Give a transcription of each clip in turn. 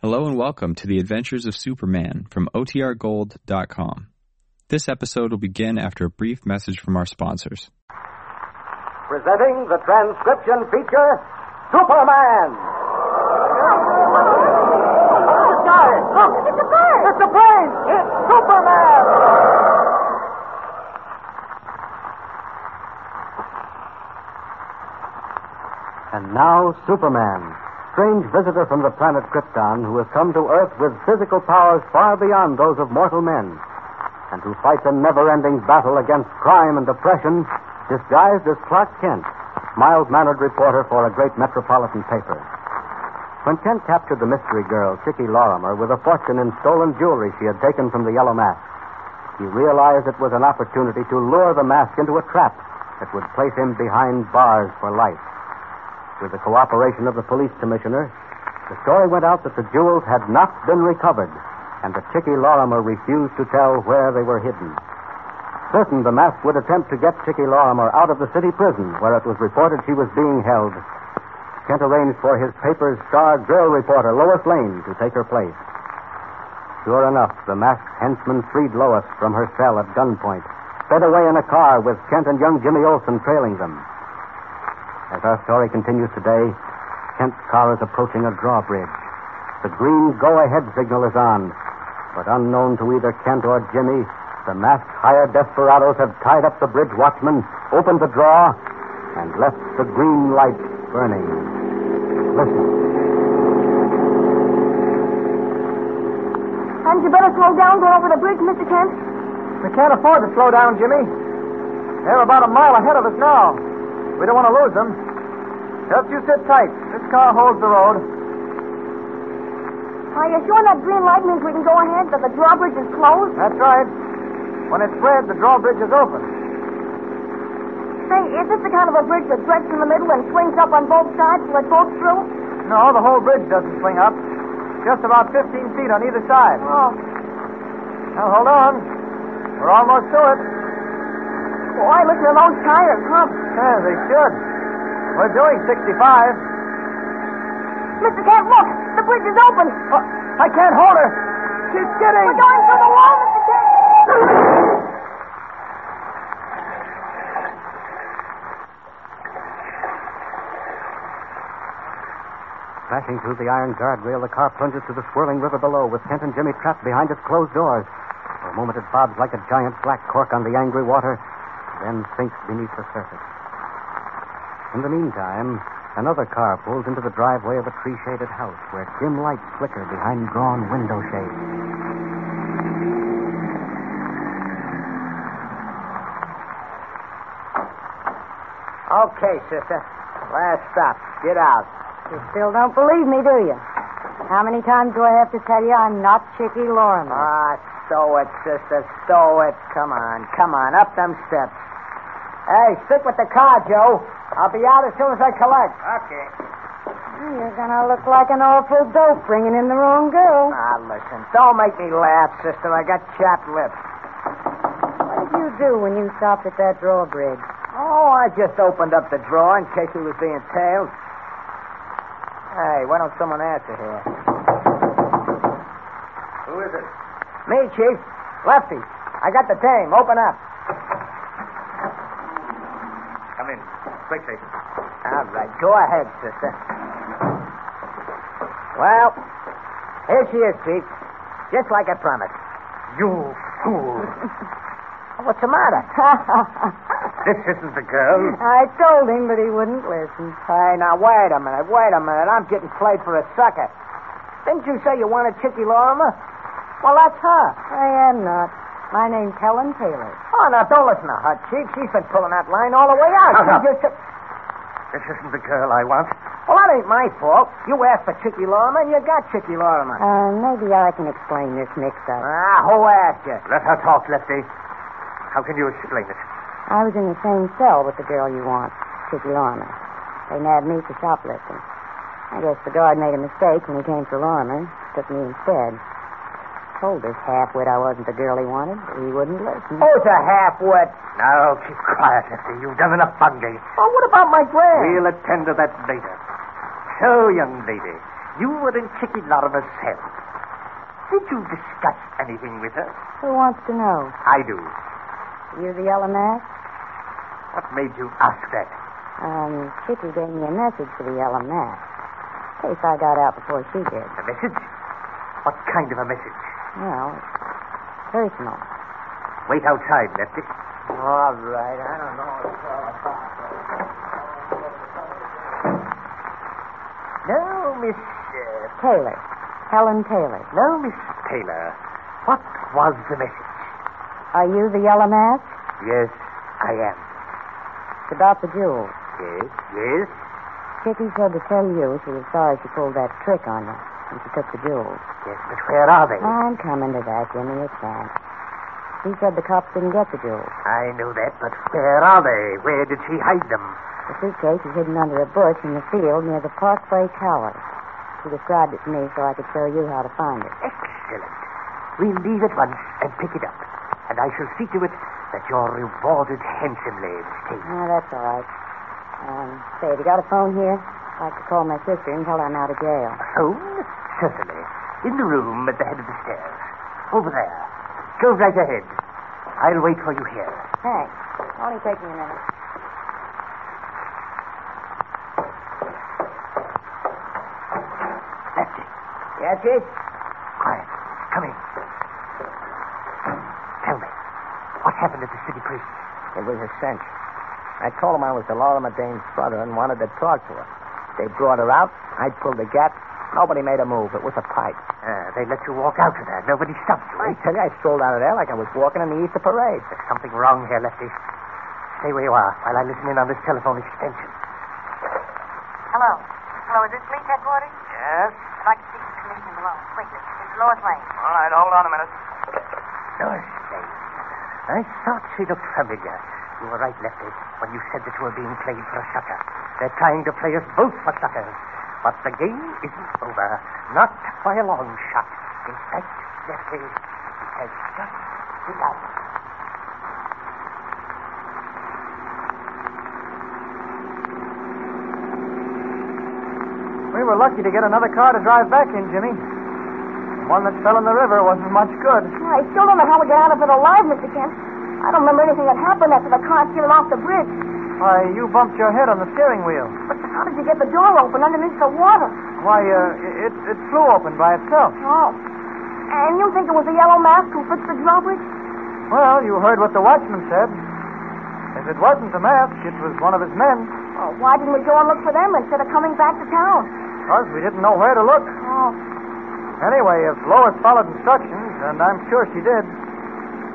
Hello and welcome to the Adventures of Superman from OTRGold.com. This episode will begin after a brief message from our sponsors. Presenting the transcription feature Superman! Look! It's a plane! It's a plane! It's Superman! And now, Superman, strange visitor from the planet Krypton who has come to Earth with physical powers far beyond those of mortal men, and who fights a never ending battle against crime and oppression, disguised as Clark Kent, mild mannered reporter for a great metropolitan paper. When Kent captured the mystery girl, Chickie Lorimer, with a fortune in stolen jewelry she had taken from the Yellow Mask, he realized it was an opportunity to lure the mask into a trap that would place him behind bars for life. With the cooperation of the police commissioner, the story went out that the jewels had not been recovered, and that Chickie Lorimer refused to tell where they were hidden. Certain the mask would attempt to get Chickie Lorimer out of the city prison where it was reported she was being held. Kent arranged for his paper's star drill reporter, Lois Lane, to take her place. Sure enough, the masked henchman freed Lois from her cell at gunpoint, sped away in a car with Kent and young Jimmy Olsen trailing them. As our story continues today, Kent's car is approaching a drawbridge. The green go ahead signal is on, but unknown to either Kent or Jimmy, the masked hired desperadoes have tied up the bridge watchman, opened the draw, and left the green light burning. Listen. Hadn't you better slow down going over the bridge, Mr. Kent? We can't afford to slow down, Jimmy. They're about a mile ahead of us now. We don't want to lose them. Just you sit tight. This car holds the road. Are you sure that green light means we can go ahead, but the drawbridge is closed? That's right. When it's red, the drawbridge is open. Say, is this the kind of a bridge that breaks in the middle and swings up on both sides to let boats through? No, the whole bridge doesn't swing up. Just about 15 feet on either side. Oh, Now, hold on. We're almost to it. boy, listen to those tires, huh? Yeah, they should. We're doing 65. Mr. Kent, look! The bridge is open! Oh, I can't hold her. She's getting. We're going through the wall, Mr. Kent! Crashing through the iron guardrail, the car plunges to the swirling river below, with Kent and Jimmy trapped behind its closed doors. For a moment, it bobs like a giant black cork on the angry water, then sinks beneath the surface. In the meantime, another car pulls into the driveway of a tree shaded house where dim lights flicker behind drawn window shades. Okay, sister. Last stop. Get out. You still don't believe me, do you? How many times do I have to tell you I'm not Chickie Uh, Lorimer? Ah, stow it, sister. Stow it. Come on. Come on. Up them steps. Hey, stick with the car, Joe. I'll be out as soon as I collect. Okay. You're gonna look like an awful dope bringing in the wrong girl. Ah, listen. Don't make me laugh, sister. I got chapped lips. What did you do when you stopped at that drawbridge? Oh, I just opened up the drawer in case he was being tailed. Hey, why don't someone answer here? Who is it? Me, Chief. Lefty. I got the dame. Open up. Come in. Quickly. All right, go ahead, sister. Well, here she is, Chief. Just like I promised. You fool. What's the matter? This isn't the Uh. girl. I told him, but he wouldn't listen. Hey, now wait a minute, wait a minute. I'm getting played for a sucker. Didn't you say you wanted Chickie Lorimer? Well, that's her. I am not. My name's Helen Taylor. Oh, now don't listen to her, Chief. She's been pulling that line all the way out. Now, She now. just said- This isn't the girl I want. Well, that ain't my fault. You asked for Chickie Lorimer, and you got Chickie Lorimer. Uh, maybe I can explain this mix-up. Ah, who asked you? Let her talk, Lefty. How can you explain it? I was in the same cell with the girl you want, Chickie Lorimer. They nabbed me for shoplifting. I guess the guard made a mistake when he came for Lorimer. Took me instead. Told this half-wit I wasn't the girl he wanted, but he wouldn't Oh, listen. Who's Oh, a half-wit? Now, keep quiet, Lefty. You've done enough bungling. Well, what about my grand? We'll attend to that later. So, young lady, You were in Chicky Larimer's cell. Did you discuss anything with her? Who wants to know? I do. You the LMS? What made you ask that? Um, Chicky gave me a message for the LMS. In case I got out before she did. A message? What kind of a message? Well, personal. Wait outside, Lefty. All right, I don't know what it's all about. No, Miss. Uh, Taylor. Helen Taylor. no, Miss Taylor. What was the message? Are you the yellow mask? Yes, I am. It's about the jewels. Yes, yes. Chicky said to tell you she was sorry she pulled that trick on you when she took the jewels. Yes, but where are they? I'm coming to that, Jimmy. It's that. She said the cops didn't get the jewels. I know that, but where are they? Where did she hide them? The suitcase is hidden under a bush in the field near the Parkway Tower. She described it to me so I could show you how to find it. Excellent. We'll leave at once and pick it up. And I shall see to it that you're rewarded handsomely, Miss Taylor. Ah, that's all right. Um, say, have you got a phone here? I'd like to call my sister and tell her I'm out of jail. Home? Certainly. In the room at the head of the stairs. Over there. Go right ahead. I'll wait for you here. Thanks. Only take me a minute. That's it. Yes, Chief? Quiet. Come in. Tell me, what happened at the city prison? It was a cinch. I told them I was the Laura Madane's brother and wanted to talk to her. They brought her out. I pulled the gat. Nobody made a move. It was a pipe. Uh, they let you walk out of there. Nobody stopped you. I eh? tell you, I strolled out of there like I was walking in the Easter parade. There's something wrong here, Lefty. Stay where you are while I listen in on this telephone extension. Hello. Hello, is this police headquarters? Yes? I'd like to speak to Commissioner Malone. Quickly. It's Lois Lane. All right, hold on a minute. Doris Lane. I thought she looked familiar. You were right, Lefty, when you said that you were being played for a sucker. They're trying to play us both for suckers. But the game isn't over. Not by a long shot. In fact, Lefty, it has just begun. We were lucky to get another car to drive back in, Jimmy. The one that fell in the river wasn't much good. I still don't know how we got out of it alive, Mr. Kent. I don't remember anything that happened after the car skidded off the bridge. Why, you bumped your head on the steering wheel. But how did you get the door open underneath the water? Why, uh, it, it flew open by itself. Oh. And you think it was the yellow mask who fixed the drawbridge? Well, you heard what the watchman said. If it wasn't the mask, it was one of his men. Well, why didn't we go and look for them instead of coming back to town? Because we didn't know where to look. Oh. Anyway, if Lois followed instructions, and I'm sure she did,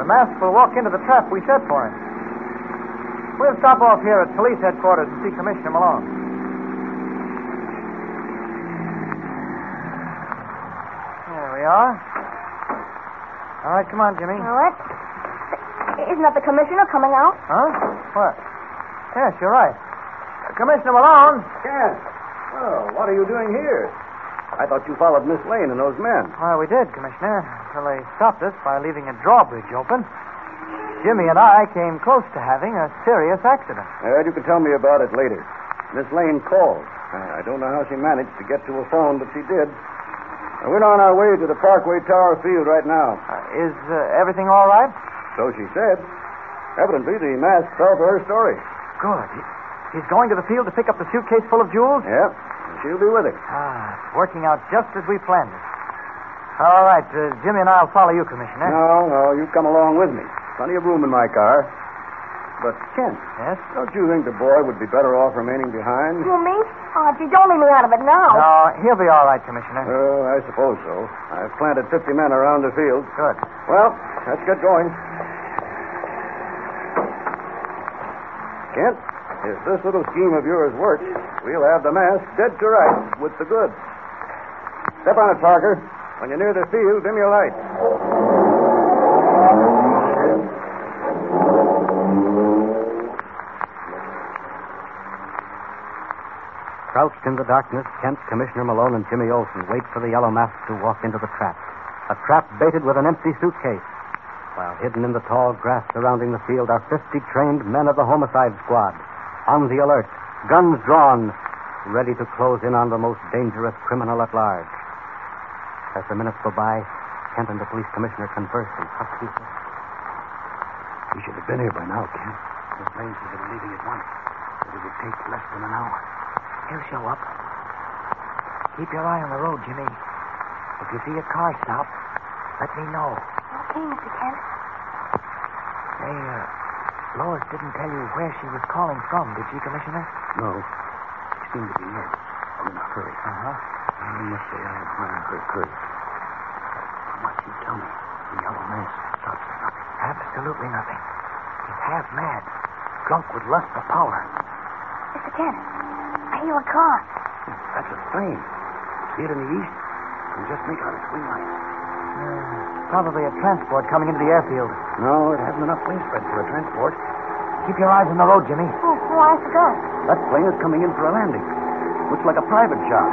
the mask will walk into the trap we set for him. We'll stop off here at police headquarters and see Commissioner Malone. There we are. All right, come on, Jimmy. All right. Isn't that the commissioner coming out? Huh? What? Yes, you're right. Uh, Commissioner Malone. Kent. Well, what are you doing here? I thought you followed Miss Lane and those men. Well, we did, Commissioner, until they stopped us by leaving a drawbridge open. Jimmy and I came close to having a serious accident. Well, you can tell me about it later. Miss Lane called. I I don't know how she managed to get to a phone, but she did. Now, We're on our way to the Parkway Tower Field right now. Uh, is uh, everything all right? So she said. Evidently, the mask fell for her story. Good. He- he's going to the field to pick up the suitcase full of jewels? Yep. And she'll be with it. Ah, it's working out just as we planned it. All right, uh, Jimmy and I'll follow you, Commissioner. No, no, you come along with me. Plenty of room in my car. But, Kent, Yes? don't you think the boy would be better off remaining behind? You me? Oh, gee, don't leave me out of it now. No, he'll be all right, Uh-huh. Commissioner. Oh, I suppose so. I've planted 50 men around the field. Good. Well, let's get going. Kent, if this little scheme of yours works, we'll have the mask dead to rights with the goods. Step on it, Parker. When you're near the field, dim your light. Crouched in the darkness, Kent, Commissioner Malone, and Jimmy Olsen wait for the yellow mask to walk into the trap. A trap baited with an empty suitcase. While hidden in the tall grass surrounding the field are 50 trained men of the homicide squad. On the alert, guns drawn, ready to close in on the most dangerous criminal at large. As the minutes go by, Kent and the police commissioner converse in hushed pieces. We should have been here by now, Kent. The plane should have been leaving at once. It would take less than an hour. He'll show up. Keep your eye on the road, Jimmy. If you see a car stop, let me know. Okay, Mr. Kent. Hey, uh, Lois didn't tell you where she was calling from, did she, Commissioner? No. She seemed to be in. I'm in a hurry. Uh-huh. Yes, they are. I'm in a hurry, hurry. What you tell me? The yellow man stops at nothing. Absolutely nothing. He's half mad, drunk with lust for power. Mr. Kent, I hear a car. That's a plane. See it in the east? Can just make out its wing lights. Probably a transport coming into the airfield. No, it hasn't enough wing spread for a transport. Keep your eyes on the road, Jimmy. Oh, oh, I forgot. That plane is coming in for a landing. Looks like a private job.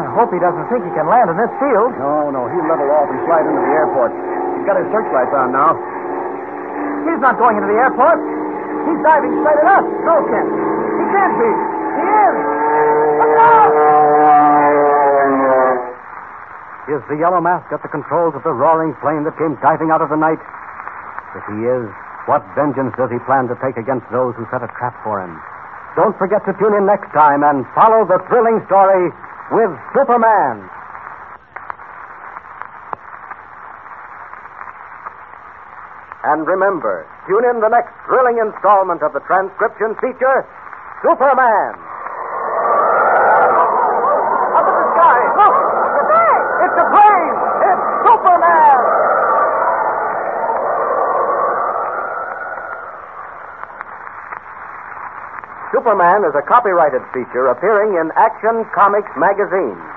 I hope he doesn't think he can land in this field. No, no, he'll level off and slide into the airport. He's got his searchlights on now. He's not going into the airport. He's diving straight at us. No, Kent. He can't be. He is. Look out! Is the yellow mask at the controls of the roaring plane that came diving out of the night? If he is, what vengeance does he plan to take against those who set a trap for him? Don't forget to tune in next time and follow the thrilling story with Superman. And remember, tune in the next thrilling installment of the transcription feature, Superman. Up in the sky. Look! It's a plane! It's a plane! It's Superman! Superman is a copyrighted feature appearing in Action Comics magazine.